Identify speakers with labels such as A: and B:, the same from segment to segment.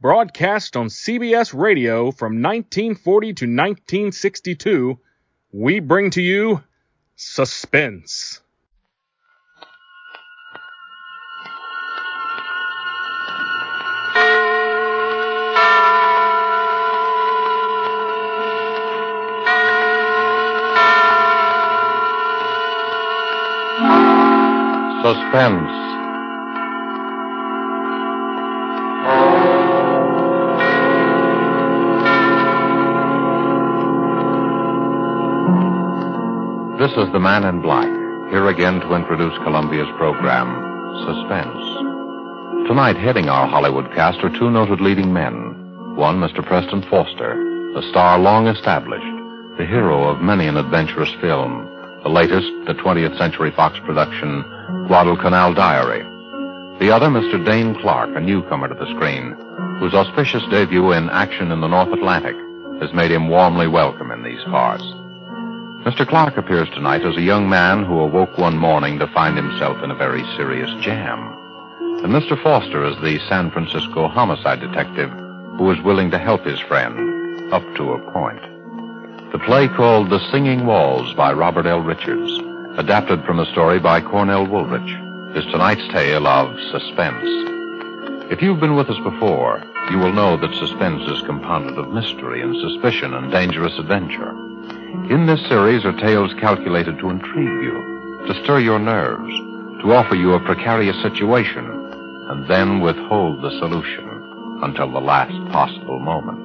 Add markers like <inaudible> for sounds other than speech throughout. A: broadcast on CBS Radio from 1940 to 1962, we bring to you Suspense.
B: Suspense. This is the man in black, here again to introduce Columbia's program, Suspense. Tonight, heading our Hollywood cast are two noted leading men. One, Mr. Preston Foster, a star long established, the hero of many an adventurous film, the latest, the 20th Century Fox production, Guadalcanal Diary. The other, Mr. Dane Clark, a newcomer to the screen, whose auspicious debut in Action in the North Atlantic has made him warmly welcome in these parts. Mr. Clark appears tonight as a young man who awoke one morning to find himself in a very serious jam. And Mr. Foster is the San Francisco homicide detective who is willing to help his friend, up to a point. The play called The Singing Walls by Robert L. Richards, adapted from a story by Cornell Woolrich, is tonight's tale of suspense. If you've been with us before, you will know that suspense is compounded of mystery and suspicion and dangerous adventure. In this series are tales calculated to intrigue you, to stir your nerves, to offer you a precarious situation, and then withhold the solution until the last possible moment.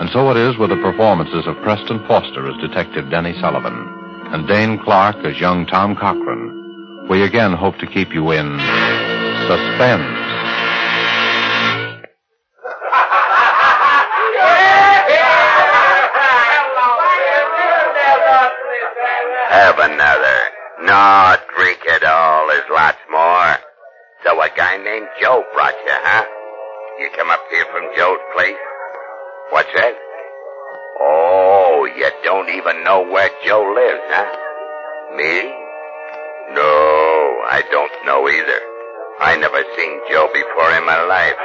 B: And so it is with the performances of Preston Foster as Detective Denny Sullivan and Dane Clark as young Tom Cochran. We again hope to keep you in suspense.
C: Have another. Not Greek at all. There's lots more. So a guy named Joe brought you, huh? You come up here from Joe's place? What's that? Oh, you don't even know where Joe lives, huh? Me? No, I don't know either. I never seen Joe before in my life.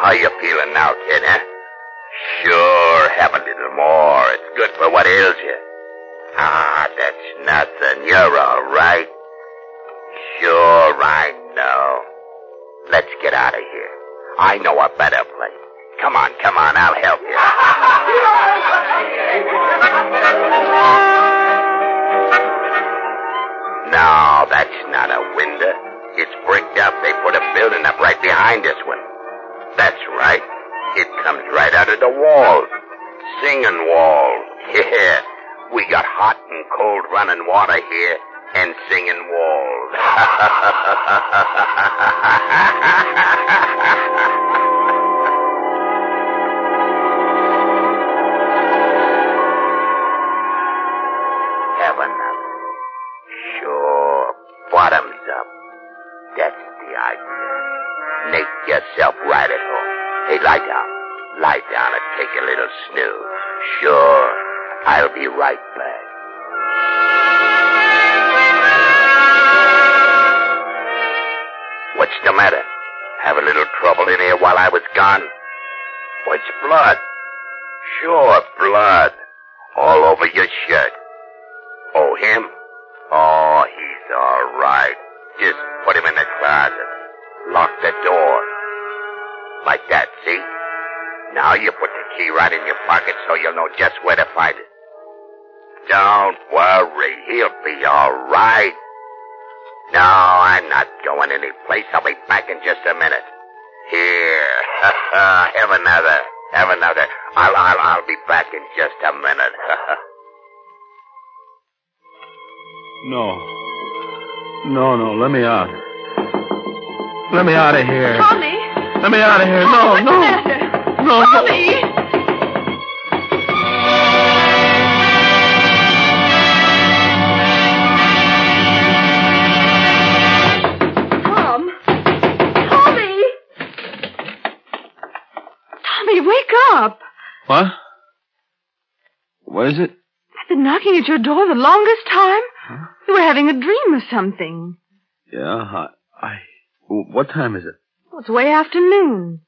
C: How you feeling now, kid, huh? Sure, have a little more. It's good for what ails you. Ah, that's nothing. You're all right. Sure, I know. Let's get out of here. I know a better place. Come on, come on, I'll help you. No, that's not a window. It's bricked up. They put a building up right behind this one. That's right. It comes right out of the walls. Singing walls. <laughs> Yeah. We got hot and cold running water here and singing <laughs> walls. Have another. Sure. Bottoms up. That's the idea. Make yourself right at home. Hey, lie down. Lie down and take a little snooze. Sure. I'll be right back. What's the matter? Have a little trouble in here while I was gone? What's blood? Sure, blood. All over your shirt. Oh, him? Oh, he's all right. Just put him in the closet. Lock the door. Like that, see? Now you put the key right in your pocket so you'll know just where to find it. Don't worry, he'll be all right. No, I'm not going anyplace. I'll be back in just a minute. Here, <laughs> have another, have another. I'll, I'll, I'll be back in just a minute. <laughs>
D: No. No, no, let me out.
E: Let me out of here.
D: Tommy.
E: Let me out of here. No,
D: What's
E: no.
D: the matter?
E: No, no.
D: <laughs> Tommy. Tom. Tommy. Tommy, wake up.
E: What? What is it?
D: I've been knocking at your door the longest time. You were having a dream or something.
E: Yeah, I, I. What time is it?
D: Well, it's way after noon.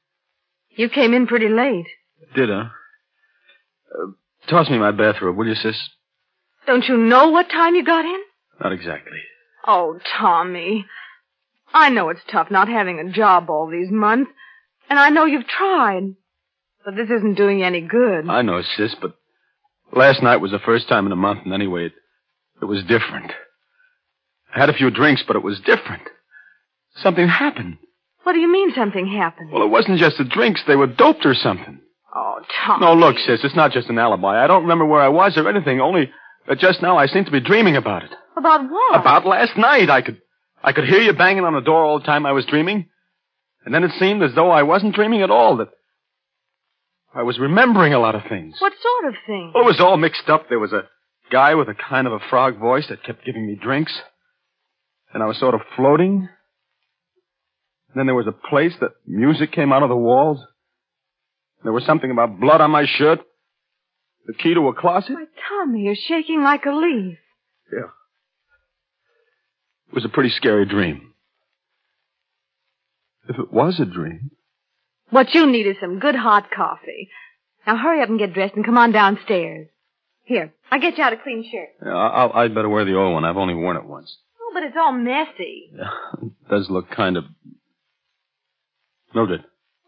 D: You came in pretty late.
E: Did I? Uh, toss me my bathrobe, will you, sis?
D: Don't you know what time you got in?
E: Not exactly.
D: Oh, Tommy. I know it's tough not having a job all these months, and I know you've tried. But this isn't doing you any good.
E: I know, sis, but last night was the first time in a month, and anyway, it, it was different. I had a few drinks, but it was different. Something happened.
D: What do you mean something happened?
E: Well, it wasn't just the drinks. They were doped or something.
D: Oh, Tommy.
E: No, look, sis, it's not just an alibi. I don't remember where I was or anything, only that just now I seem to be dreaming about it.
D: About what?
E: About last night, I could, I could hear you banging on the door all the time I was dreaming. And then it seemed as though I wasn't dreaming at all, that I was remembering a lot of things.
D: What sort of thing?
E: Well, it was all mixed up. There was a guy with a kind of a frog voice that kept giving me drinks. And I was sort of floating. Then there was a place that music came out of the walls. There was something about blood on my shirt. The key to a closet.
D: Why, Tommy, you're shaking like a leaf.
E: Yeah. It was a pretty scary dream. If it was a dream.
D: What you need is some good hot coffee. Now hurry up and get dressed and come on downstairs. Here, I'll get you out a clean shirt.
E: Yeah, I, I'd better wear the old one. I've only worn it once.
D: Oh, but it's all messy.
E: <laughs> it does look kind of. Mildred,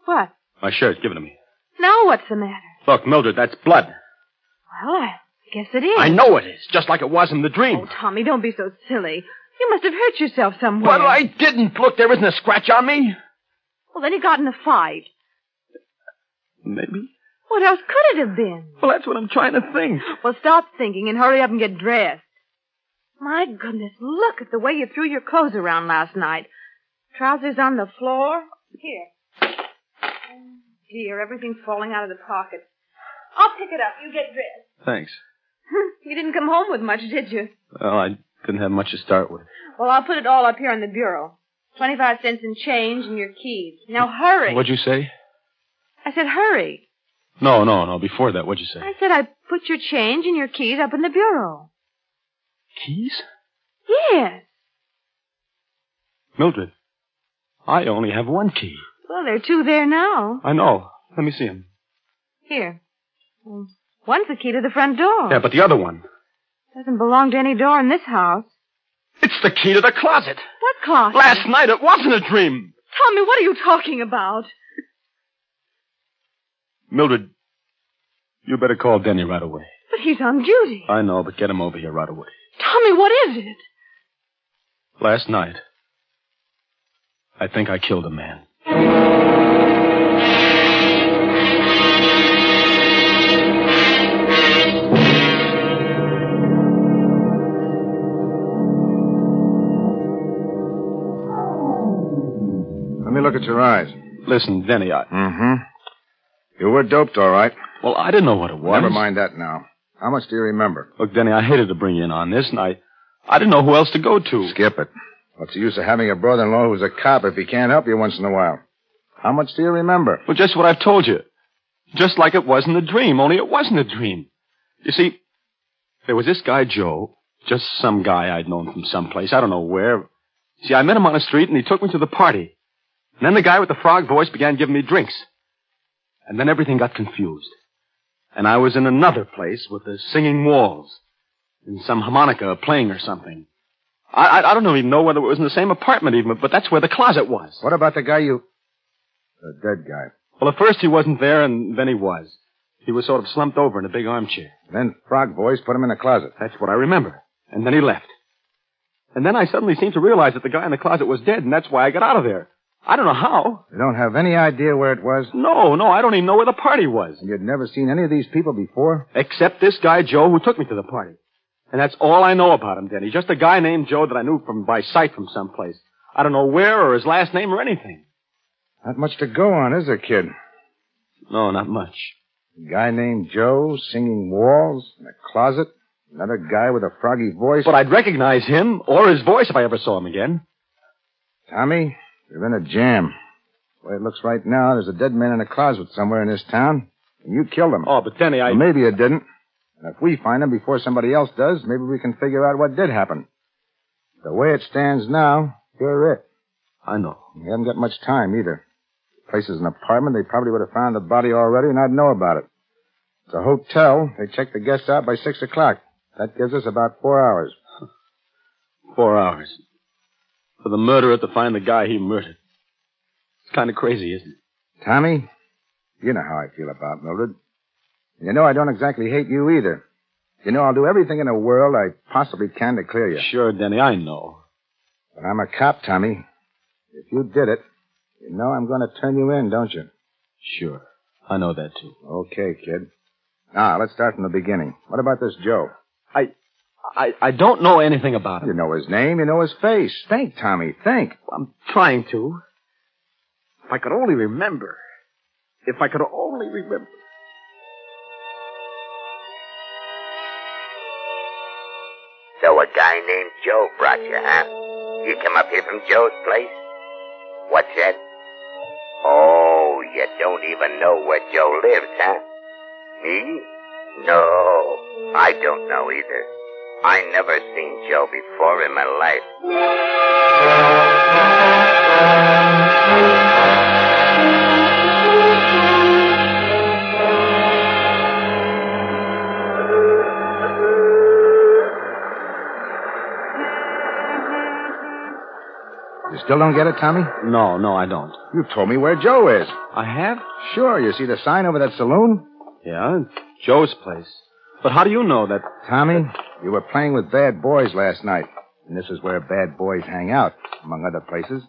D: What?
E: my shirt. Give it to me.
D: Now what's the matter?
E: Look, Mildred, that's blood.
D: Well, I guess it is.
E: I know it is, just like it was in the
D: Oh,
E: dream.
D: Tommy, don't be so silly. You must have hurt yourself somewhere.
E: But I didn't. Look, there isn't a scratch on me.
D: Well, then you got in a fight.
E: Maybe.
D: What else could it have been?
E: Well, that's what I'm trying to think.
D: Well, stop thinking and hurry up and get dressed. My goodness, look at the way you threw your clothes around last night. Trousers on the floor. Here. Oh, dear, everything's falling out of the pockets. I'll pick it up. You get dressed. <laughs>
E: Thanks.
D: you didn't come home with much, did you?
E: Well, I didn't have much to start with.
D: Well, I'll put it all up here on the bureau. Twenty-five cents in change and your keys. Now hurry.
E: What'd you say?
D: I said hurry.
E: No, no, no. Before that, what'd you say?
D: I said I put your change and your keys up in the bureau.
E: Keys?
D: Yes.
E: Mildred, I only have one key.
D: Well, there are two there now.
E: I know. Let me see him.
D: Here. Mm. One's the key to the front door.
E: Yeah, but the other one.
D: Doesn't belong to any door in this house.
E: It's the key to the closet.
D: What closet?
E: Last night, it wasn't a dream.
D: Tommy, what are you talking about?
E: Mildred, you better call Denny right away.
D: But he's on duty.
E: I know, but get him over here right away.
D: Tommy, what is it?
E: Last night, I think I killed a man.
F: Let me look at your eyes.
E: Listen, Denny, I.
F: Mm-hmm. You were doped, all right.
E: Well, I didn't know what it was.
F: Never mind that now. How much do you remember?
E: Look, Denny, I hated to bring you in on this, and I. I didn't know who else to go to.
F: Skip it. What's the use of having a brother-in-law who's a cop if he can't help you once in a while? How much do you remember?
E: Well, just what I've told you. Just like it was in the dream, only it wasn't a dream. You see, there was this guy, Joe, just some guy I'd known from someplace, I don't know where. See, I met him on the street, and he took me to the party. And then the guy with the frog voice began giving me drinks. And then everything got confused. And I was in another place with the singing walls. And some harmonica playing or something. I, I, I don't even know whether it was in the same apartment even, but that's where the closet was.
F: What about the guy you... The dead guy.
E: Well, at first he wasn't there, and then he was. He was sort of slumped over in a big armchair.
F: Then Frog Voice put him in a closet.
E: That's what I remember. And then he left. And then I suddenly seemed to realize that the guy in the closet was dead, and that's why I got out of there. I don't know how.
F: You don't have any idea where it was?
E: No, no, I don't even know where the party was.
F: And you'd never seen any of these people before?
E: Except this guy, Joe, who took me to the party. And that's all I know about him, Denny. Just a guy named Joe that I knew from by sight from someplace. I don't know where or his last name or anything.
F: Not much to go on, is there, kid?
E: No, not much.
F: A guy named Joe singing walls in a closet. Another guy with a froggy voice.
E: But I'd recognize him or his voice if I ever saw him again.
F: Tommy, you're in a jam. The way it looks right now, there's a dead man in a closet somewhere in this town. And you killed him.
E: Oh, but Tenny, I.
F: Well, maybe you didn't. And if we find him before somebody else does, maybe we can figure out what did happen. The way it stands now, you're it.
E: I know.
F: We haven't got much time either. The place is an apartment. They probably would have found the body already, and I'd know about it. It's a hotel. They check the guests out by six o'clock. That gives us about four hours.
E: Four hours. For the murderer to find the guy he murdered. It's kind of crazy, isn't it?
F: Tommy, you know how I feel about Mildred. And you know I don't exactly hate you either. You know I'll do everything in the world I possibly can to clear you.
E: Sure, Denny, I know.
F: But I'm a cop, Tommy. If you did it, you know I'm going to turn you in, don't you?
E: Sure. I know that, too.
F: Okay, kid. Now, let's start from the beginning. What about this Joe?
E: I. I, I don't know anything about
F: You
E: him.
F: know his name, you know his face. Think, Tommy, think.
E: I'm trying to. If I could only remember. If I could only remember.
C: So a guy named Joe brought you, huh? You come up here from Joe's place? What's that? Oh, you don't even know where Joe lives, huh? Me? No, I don't know either. I never seen Joe before in my life.
F: You still don't get it, Tommy?
E: No, no, I don't.
F: You told me where Joe is.
E: I have?
F: Sure, you see the sign over that saloon?
E: Yeah, it's Joe's place. But how do you know that?
F: Tommy, you were playing with bad boys last night. And this is where bad boys hang out, among other places.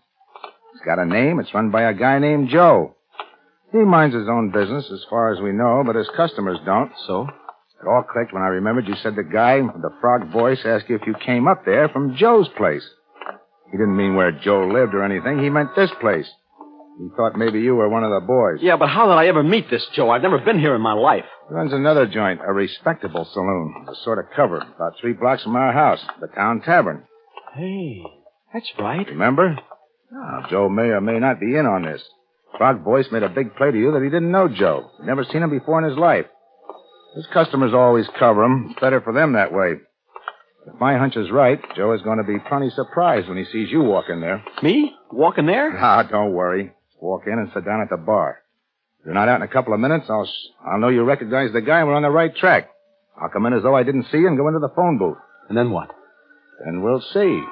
F: It's got a name. It's run by a guy named Joe. He minds his own business, as far as we know, but his customers don't.
E: So?
F: It all clicked when I remembered you said the guy with the frog voice asked you if you came up there from Joe's place. He didn't mean where Joe lived or anything. He meant this place. He thought maybe you were one of the boys.
E: Yeah, but how did I ever meet this Joe? I've never been here in my life.
F: Runs another joint, a respectable saloon. The sort of cover, about three blocks from our house, the town tavern.
E: Hey, that's right.
F: Remember? Now, Joe may or may not be in on this. Frog Voice made a big play to you that he didn't know Joe. He'd never seen him before in his life. His customers always cover him. It's better for them that way. If my hunch is right, Joe is going to be plenty surprised when he sees you walk in there.
E: Me? Walking there?
F: <laughs> Ah, don't worry. Walk in and sit down at the bar. If you're not out in a couple of minutes, I'll, s- I'll know you recognize the guy and we're on the right track. I'll come in as though I didn't see you and go into the phone booth.
E: And then what?
F: Then we'll see.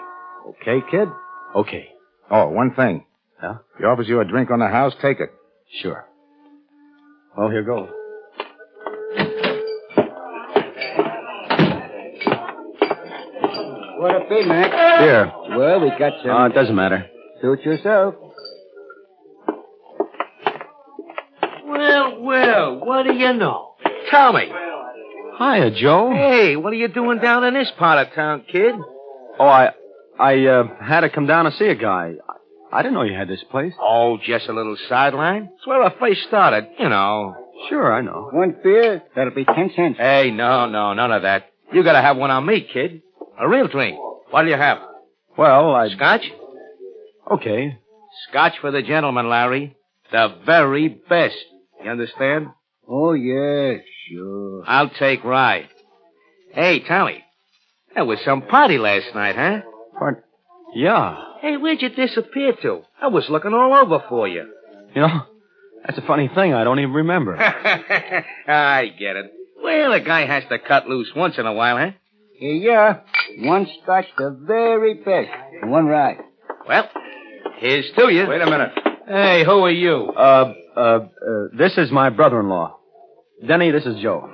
F: Okay, kid?
E: Okay.
F: Oh, one thing.
E: Huh?
F: If he offers you a drink on the house, take it.
E: Sure. Well, here goes.
G: What a be, Mac.
E: Here.
G: Well, we got some.
F: Uh,
E: Oh, it doesn't matter.
G: Suit yourself. Well, well, what do you know? Tommy.
E: Hiya, Joe.
G: Hey, what are you doing down in this part of town, kid?
E: Oh, I, I uh, had to come down and see a guy. I, I didn't know you had this place.
G: Oh, just a little sideline. It's where I first started, you know.
E: Sure, I know.
G: One beer, that'll be ten cents. Hey, no, no, none of that. You gotta have one on me, kid. A real drink. What'll you have?
E: Well, I.
G: Scotch?
E: Okay.
G: Scotch for the gentleman, Larry. The very best. You understand? Oh, yeah, sure. I'll take rye. Hey, Tommy. That was some party last night, huh?
E: What? Yeah.
G: Hey, where'd you disappear to? I was looking all over for you. <laughs>
E: You know, that's a funny thing. I don't even remember.
G: I get it. Well, a guy has to cut loose once in a while, huh?
H: Yeah, one scotch, the very best. One rye.
G: Well, here's to you.
F: Wait a minute.
G: Hey, who are you?
E: Uh, uh, uh, this is my brother-in-law. Denny, this is Joe.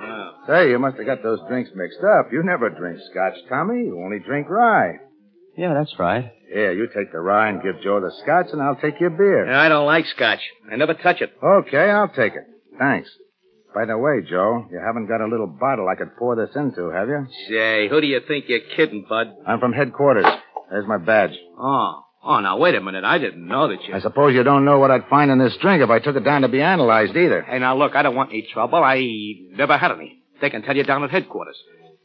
F: Say, you must have got those drinks mixed up. You never drink scotch, Tommy. You only drink rye.
E: Yeah, that's right.
F: Here, you take the rye and give Joe the scotch, and I'll take your beer.
G: I don't like scotch. I never touch it.
F: Okay, I'll take it. Thanks. By the way, Joe, you haven't got a little bottle I could pour this into, have you?
G: Say, who do you think you're kidding, bud?
F: I'm from headquarters. There's my badge.
G: Oh, Oh, now, wait a minute. I didn't know that you.
F: I suppose you don't know what I'd find in this drink if I took it down to be analyzed either.
G: Hey, now, look, I don't want any trouble. I never had any. They can tell you down at headquarters.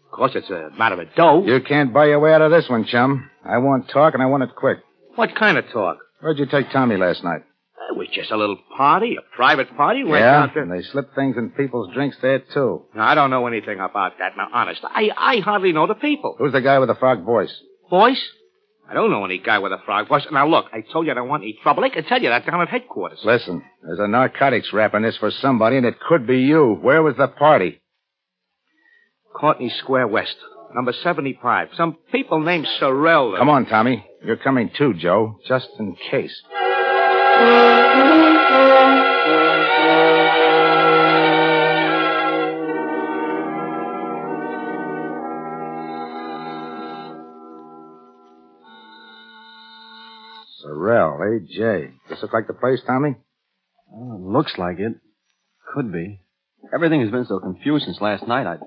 G: Of course, it's a matter of dough.
F: You can't buy your way out of this one, chum. I want talk, and I want it quick.
G: What kind of talk?
F: Where'd you take Tommy last night?
G: It was just a little party, a private party. Went
F: yeah,
G: out there.
F: and they slip things in people's drinks there, too.
G: Now, I don't know anything about that. Now, honest, I, I hardly know the people.
F: Who's the guy with the frog voice?
G: Voice? I don't know any guy with a frog voice. Now, look, I told you I don't want any trouble. I can tell you that down at headquarters.
F: Listen, there's a narcotics rap in this for somebody, and it could be you. Where was the party?
G: Courtney Square West, number 75. Some people named Sorrell.
F: Come on, Tommy. You're coming too, Joe, just in case. Sorrel, AJ. This look like the place, Tommy?
E: Oh, it looks like it. Could be. Everything has been so confused since last night. I.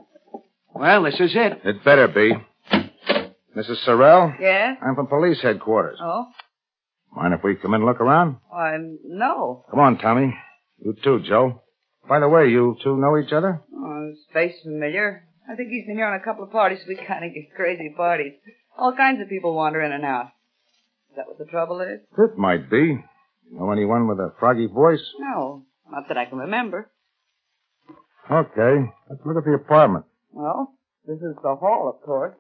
G: Well, this is it.
F: It better be. Mrs. Sorrell,
I: Yes?
F: I'm from police headquarters.
I: Oh?
F: Mind if we come in and look around?
I: Why, no.
F: Come on, Tommy. You too, Joe. By the way, you two know each other?
I: Oh, his face familiar. I think he's been here on a couple of parties. We kind of get crazy parties. All kinds of people wander in and out. Is that what the trouble is?
F: It might be. Know anyone with a froggy voice?
I: No. Not that I can remember.
F: Okay. Let's look at the apartment.
I: Well, this is the hall, of course.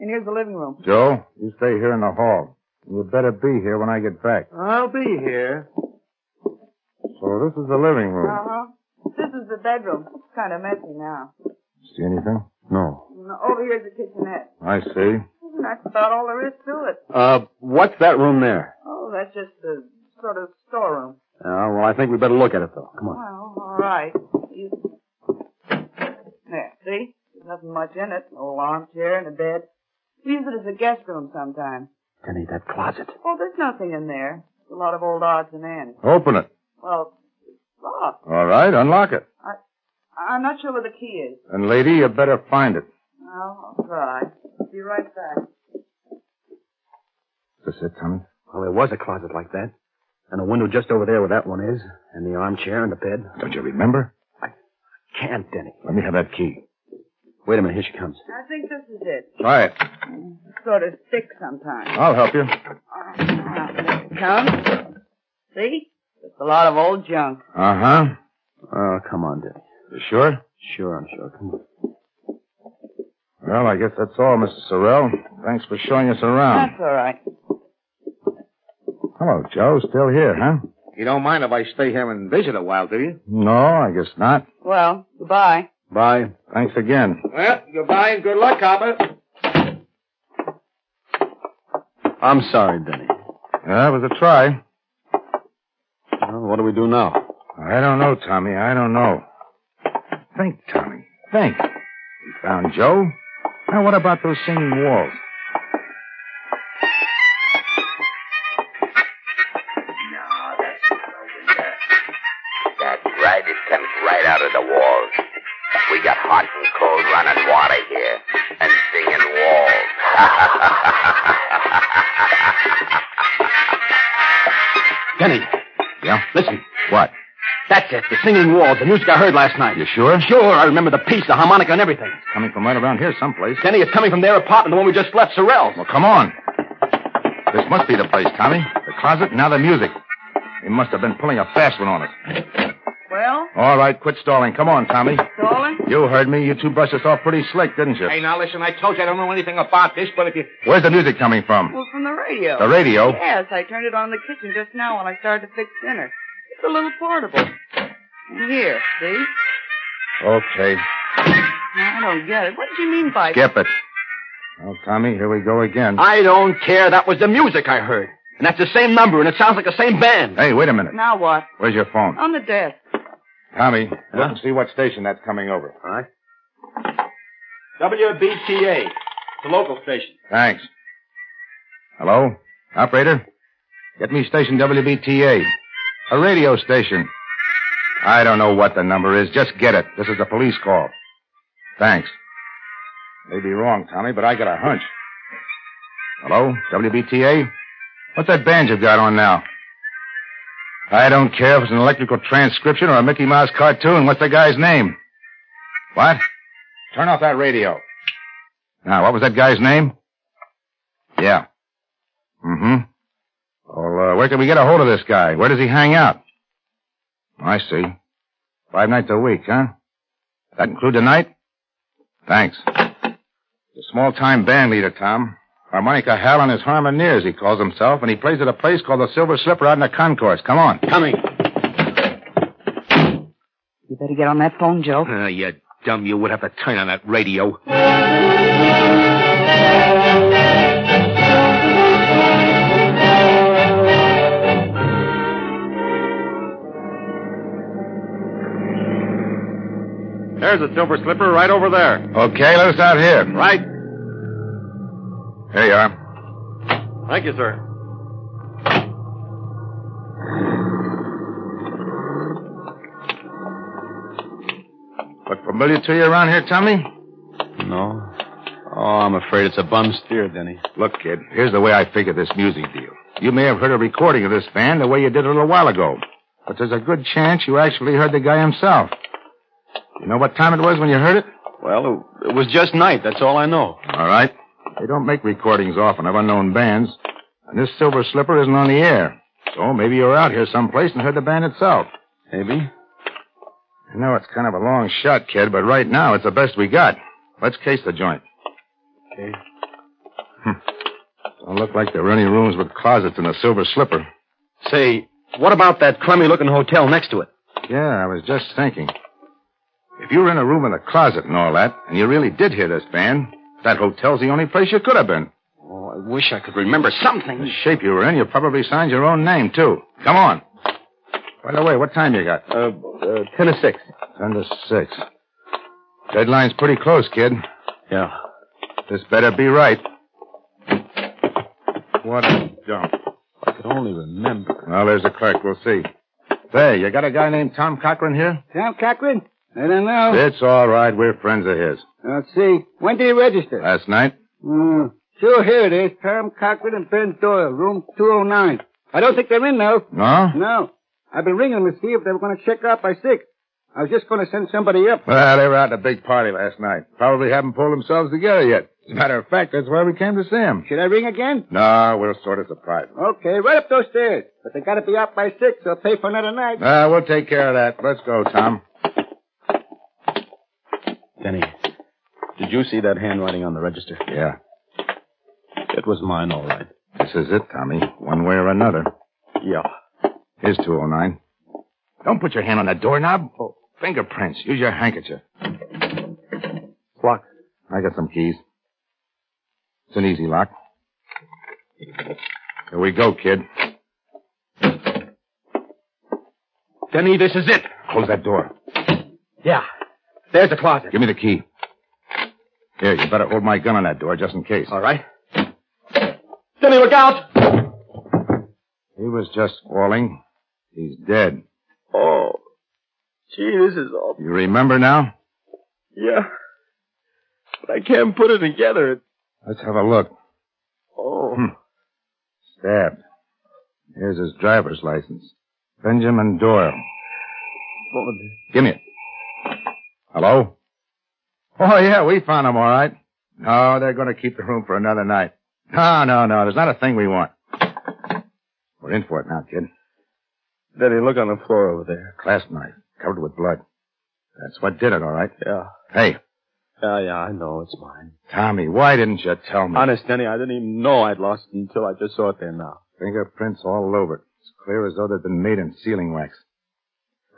I: And here's the living room.
F: Joe, you stay here in the hall. You better be here when I get back.
G: I'll be here.
F: So this is the living room.
I: Uh-huh. This is the bedroom. It's kind of messy now.
F: See anything? No.
I: And over here's the kitchenette.
F: I see.
I: And that's about all there is to it.
E: Uh, what's that room there?
I: Oh, that's just a sort of storeroom.
E: Uh, well, I think we better look at it, though. Come on.
I: Well, all right. You... There, see? There's nothing much in it. An old armchair and a bed. We use it as a guest room sometimes.
E: Denny, that closet.
I: Oh, there's nothing in there. A lot of old odds and ends.
F: Open it.
I: Well, it's locked.
F: All right, unlock it.
I: I- I'm not sure where the key is.
F: And lady, you better find it.
I: Well, I'll try. Be right back.
F: Is this it, Tommy?
E: Well, there was a closet like that. And a window just over there where that one is. And the armchair and the bed.
F: Don't you remember?
E: Can't, Denny.
F: Let me have that key.
E: Wait a minute. Here she comes.
I: I think this is it.
F: Try it.
I: It's sort of thick sometimes.
F: I'll help you.
I: Come. See? It's a lot of old junk.
F: Uh-huh.
E: Oh, come on, Denny.
F: You sure?
E: Sure, I'm sure. Come on.
F: Well, I guess that's all, Mrs. Sorrell. Thanks for showing us around.
I: That's all right.
F: Hello, Joe. Still here, huh?
G: You don't mind if I stay here and visit a while, do you?
F: No, I guess not.
I: Well, goodbye.
F: Bye. Thanks again.
G: Well, goodbye and good luck, Hopper.
E: I'm sorry, Denny.
F: Yeah, it was a try.
E: Well, what do we do now?
F: I don't know, Tommy. I don't know. Think, Tommy. Think. We found Joe. Now, what about those singing walls?
C: No, that's not over there. That's right. It comes right out of the walls. We got hot and cold running water here and singing walls. <laughs>
E: Denny,
F: Yeah?
E: listen.
F: What?
E: That's it. The singing walls. The music I heard last night. You sure? Sure. I remember the piece, the harmonica, and everything.
F: Coming from right around here someplace.
E: Denny, it's coming from their apartment, the one we just left, Sorrell's.
F: Well, come on. This must be the place, Tommy. The closet, now the music. They must have been pulling a fast one on us.
I: Well,
F: All right, quit stalling. Come on, Tommy.
I: darling,
F: You heard me. You two brushed us off pretty slick, didn't you?
G: Hey, now listen, I told you I don't know anything about this, but if you.
F: Where's the music coming from?
I: well, from the radio.
F: The radio?
I: Yes, I turned it on in the kitchen just now when I started to fix dinner. It's a little portable. And Here, see?
F: Okay,
I: I don't get it. What did you mean by
F: skip it. Well, Tommy, here we go again.
E: I don't care. That was the music I heard. And that's the same number, and it sounds like the same band.
F: Hey, wait a minute.
I: Now what?
F: Where's your phone?
I: On the desk.
F: Tommy,
E: Huh?
F: look and see what station that's coming over.
E: All right. WBTA, the local station.
F: Thanks. Hello? Operator? Get me station WBTA. A radio station. I don't know what the number is. Just get it. This is a police call. Thanks. May be wrong, Tommy, but I got a hunch. Hello? WBTA? What's that band you've got on now? I don't care if it's an electrical transcription or a Mickey Mouse cartoon. What's the guy's name? What? Turn off that radio. Now, what was that guy's name? Yeah. Mm-hmm. Well, uh, where can we get a hold of this guy? Where does he hang out? I see. Five nights a week, huh? That include tonight? Thanks. He's a small-time band leader, Tom. Harmonica Hal and his harmoneers, he calls himself, and he plays at a place called the Silver Slipper out in the concourse. Come on.
G: Coming.
J: You better get on that phone, Joe.
G: Oh, you dumb. You would have to turn on that radio.
K: There's a silver slipper right over there.
F: Okay, let us out here.
K: Right.
F: Here you are.
K: Thank you, sir.
F: Look familiar to you around here, Tommy?
E: No. Oh, I'm afraid it's a bum steer, Denny.
F: Look, kid, here's the way I figure this music deal. You may have heard a recording of this band the way you did a little while ago. But there's a good chance you actually heard the guy himself. You know what time it was when you heard it?
E: Well, it was just night. That's all I know.
F: All right. They don't make recordings often of unknown bands. And this silver slipper isn't on the air. So maybe you were out here someplace and heard the band itself.
E: Maybe.
F: I know it's kind of a long shot, kid, but right now it's the best we got. Let's case the joint.
E: Okay.
F: Hmm. Don't look like there are any rooms with closets in a silver slipper.
E: Say, what about that crummy-looking hotel next to it?
F: Yeah, I was just thinking. If you were in a room with a closet and all that, and you really did hear this band, that hotel's the only place you could have been.
E: Oh, I wish I could remember something.
F: The shape you were in, you probably signed your own name, too. Come on. By the way, what time you got?
E: Uh, uh, ten to six.
F: Ten to six. Deadline's pretty close, kid.
E: Yeah.
F: This better be right. What a dump.
E: I could only remember.
F: Well, there's the clerk. We'll see. There, you got a guy named Tom Cochran here?
H: Tom Cochran? I don't know.
F: It's all right. We're friends of his.
H: Let's see. When did he register?
F: Last night?
H: Hmm. sure, here it is. Tom Cochran and Ben Doyle, room 209. I don't think they're in, though.
F: No?
H: No. I've been ringing them to see if they were going to check out by six. I was just going to send somebody up.
F: Well, they were out at a big party last night. Probably haven't pulled themselves together yet. As a matter of fact, that's why we came to see him.
H: Should I ring again?
F: No, we're sort of surprised.
H: Okay, right up those stairs. But they got to be out by six, so pay for another night.
F: Uh, we'll take care of that. Let's go, Tom.
E: Denny, did you see that handwriting on the register?
F: Yeah.
E: It was mine, all right.
F: This is it, Tommy. One way or another.
E: Yeah.
F: Here's 209. Don't put your hand on that doorknob. Oh, fingerprints. Use your handkerchief.
E: Lock.
F: I got some keys. It's an easy lock. Here we go, kid.
E: Denny, this is it.
F: Close that door.
E: Yeah. There's the closet.
F: Give me the key. Here, you better hold my gun on that door just in case.
E: All right. Denny, look out!
F: He was just falling. He's dead.
E: Oh. Gee, this is all.
F: You remember now?
E: Yeah. But I can't put it together. It-
F: Let's have a look.
E: Oh.
F: Stabbed. Here's his driver's license. Benjamin Doyle.
E: Well,
F: Give me it. Hello? Oh, yeah, we found him, all right. No, they're going to keep the room for another night. No, no, no, there's not a thing we want. We're in for it now, kid.
E: Denny, look on the floor over there.
F: Clasp knife, covered with blood. That's what did it, all right.
E: Yeah.
F: Hey,
E: Yeah, yeah, I know. It's mine.
F: Tommy, why didn't you tell me?
E: Honest, Denny, I didn't even know I'd lost it until I just saw it there now.
F: Fingerprints all over it. It's clear as though they've been made in sealing wax.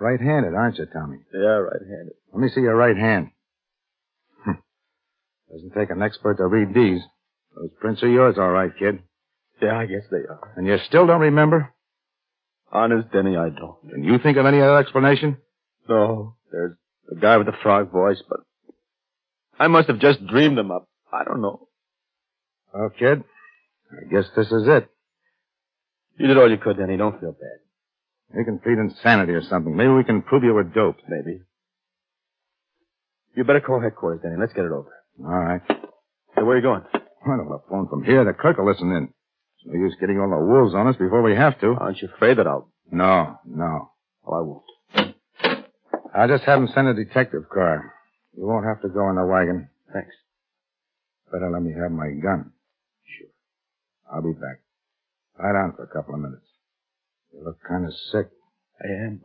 F: Right-handed, aren't you, Tommy?
E: Yeah, right-handed.
F: Let me see your right hand. Hmm. Doesn't take an expert to read these. Those prints are yours, all right, kid.
E: Yeah, I guess they are.
F: And you still don't remember?
E: Honest, Denny, I don't.
F: Can you think of any other explanation?
E: No, there's the guy with the frog voice, but I must have just dreamed them up. I don't know.
F: Well, kid, I guess this is it.
E: You did all you could, Denny. Don't feel bad.
F: You can plead insanity or something. Maybe we can prove you were doped.
E: Maybe. You better call headquarters, Denny. Let's get it over.
F: All right.
E: Hey, where are you going?
F: I don't want a phone from here. The clerk will listen in. It's no use getting all the wolves on us before we have to.
E: Aren't you afraid that I'll.
F: No, no.
E: Well, I won't.
F: I'll just have him send a detective car. You won't have to go in the wagon.
E: Thanks.
F: Better let me have my gun. Sure. I'll be back. Lie down for a couple of minutes. You look kind of sick.
E: I am.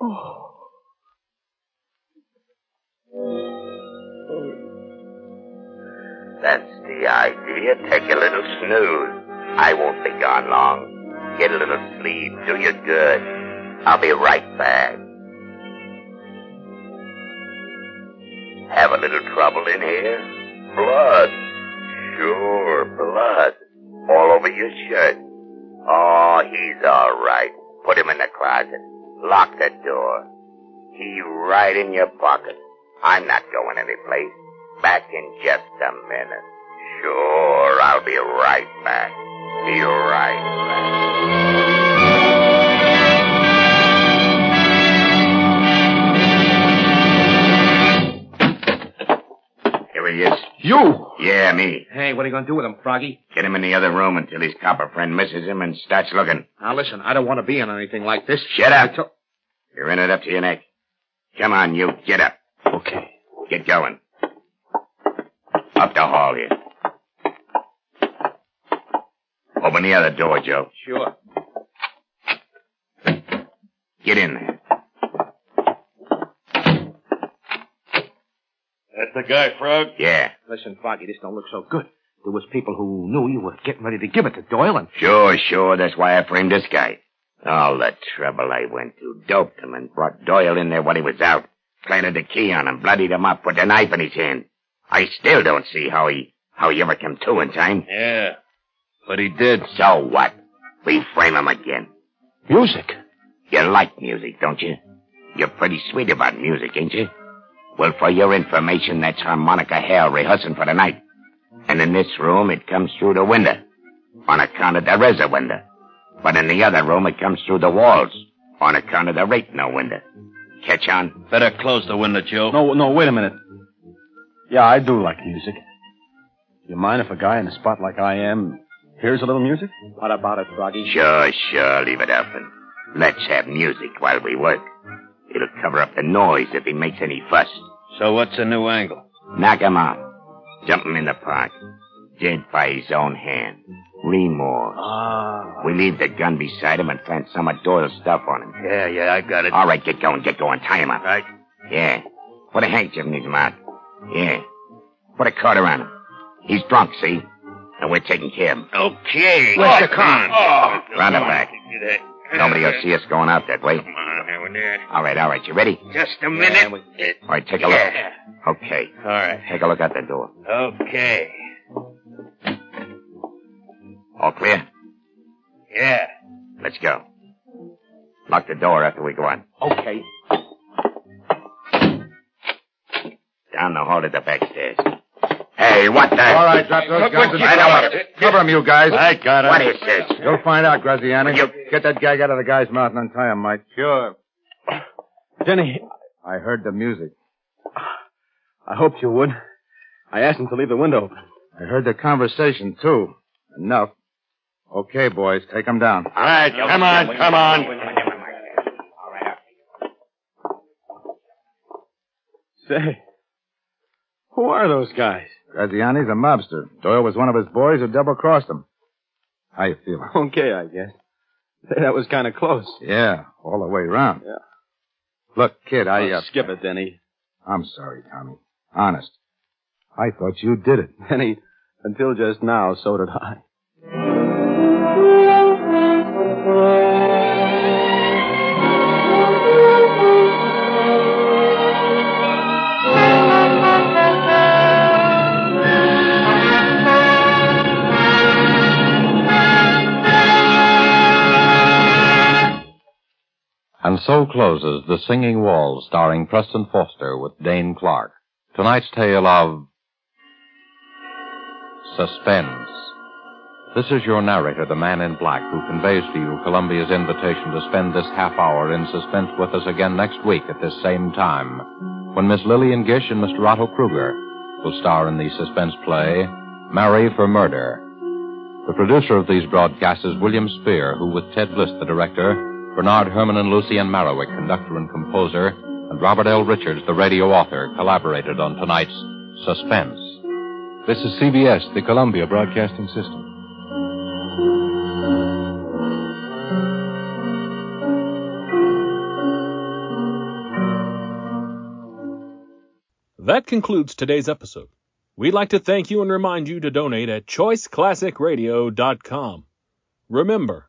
I: Oh.
C: That's the idea. Take a little snooze. I won't be gone long. Get a little sleep. Do you good. I'll be right back. Have a little trouble in here? Blood. Sure, blood. All over your shirt. Oh, he's all right. Put him in the closet. Lock the door. He right in your pocket. I'm not going anyplace. Back in just a minute. Sure, I'll be right back. Be right back.
L: Here he is.
E: You!
L: Yeah, me.
G: Hey, what are you going to do with him, Froggy?
L: Get him in the other room until his copper friend misses him and starts looking.
G: Now, listen, I don't want to be in anything like this.
L: Shut
G: I
L: up.
G: to-
L: You're in it up to your neck. Come on, you. Get up.
E: Okay.
L: Get going. Up the hall here. Open the other door, Joe.
G: Sure.
L: Get in there.
K: That's the guy, Frog.
L: Yeah.
G: Listen, Froggy, this don't look so good. There was people who knew you were getting ready to give it to Doyle, and
L: Sure, sure. That's why I framed this guy. All the trouble I went to. Doped him and brought Doyle in there when he was out. Planted the key on him, bloodied him up, put the knife in his hand. I still don't see how he how he ever came to in time.
K: Yeah.
L: But he did. So what? We frame him again.
E: Music.
L: You like music, don't you? You're pretty sweet about music, ain't you? Well, for your information, that's harmonica hell rehearsing for tonight. And in this room, it comes through the window. On account of the reza window. But in the other room, it comes through the walls. On account of the rapno window. Catch on?
K: Better close the window, Joe.
E: No, no, wait a minute. Yeah, I do like music. You mind if a guy in a spot like I am hears a little music? What about it, Froggy?
L: Sure, sure, leave it open. Let's have music while we work. It'll cover up the noise if he makes any fuss.
K: So what's the new angle?
L: Knock him out. Dump him in the park. Dead by his own hand. Remorse.
E: Ah.
L: We leave the gun beside him and plant some of Doyle's stuff on him.
K: Yeah, yeah, I got it.
L: All right, get going, get going. Tie him up.
K: Right.
L: Yeah. Put a handkerchief in his mouth. Yeah. Put a coat around him. He's drunk, see? And we're taking care of him.
K: Okay.
L: Where's the car?
K: Oh,
L: Round him back. Nobody will see us going out that way.
K: Come on, here we are.
L: All right, all right. You ready?
K: Just a minute.
L: All right, take a look.
K: Yeah.
L: Okay.
K: All right.
L: Take a look out the door.
K: Okay.
L: All clear?
K: Yeah.
L: Let's go. Lock the door after we go out.
G: okay.
L: Down the hall to the back stairs. Hey, what the?
F: All right, drop those guns and cover them. Cover them, you guys.
K: I got
L: What is this?
F: You'll find out, Graziani. Get that gag out of the guy's mouth and untie him, Mike. Sure.
E: Denny,
F: I heard the music.
E: I hoped you would. I asked him to leave the window open.
F: I heard the conversation, too. Enough. Okay, boys, take him down.
K: All right, come on, come on.
E: Say, who are those guys? <laughs>
F: Graziani's a mobster. Doyle was one of his boys who double-crossed him. How you feeling?
E: Okay, I guess. That was kind of close.
F: Yeah, all the way around. Yeah. Look, kid, I, uh,
E: Oh, skip it, Denny.
F: I'm sorry, Tommy. Honest. I thought you did it.
E: Denny, until just now, so did I.
B: And so closes The Singing Wall, starring Preston Foster with Dane Clark. Tonight's tale of suspense. This is your narrator, the man in black, who conveys to you Columbia's invitation to spend this half hour in suspense with us again next week at this same time, when Miss Lillian Gish and Mr. Otto Kruger will star in the suspense play Marry for Murder. The producer of these broadcasts is William Spear, who, with Ted List, the director, Bernard Herman and Lucien Marowick, conductor and composer, and Robert L. Richards, the radio author, collaborated on tonight's Suspense. This is CBS, the Columbia Broadcasting System.
A: That concludes today's episode. We'd like to thank you and remind you to donate at choiceclassicradio.com. Remember,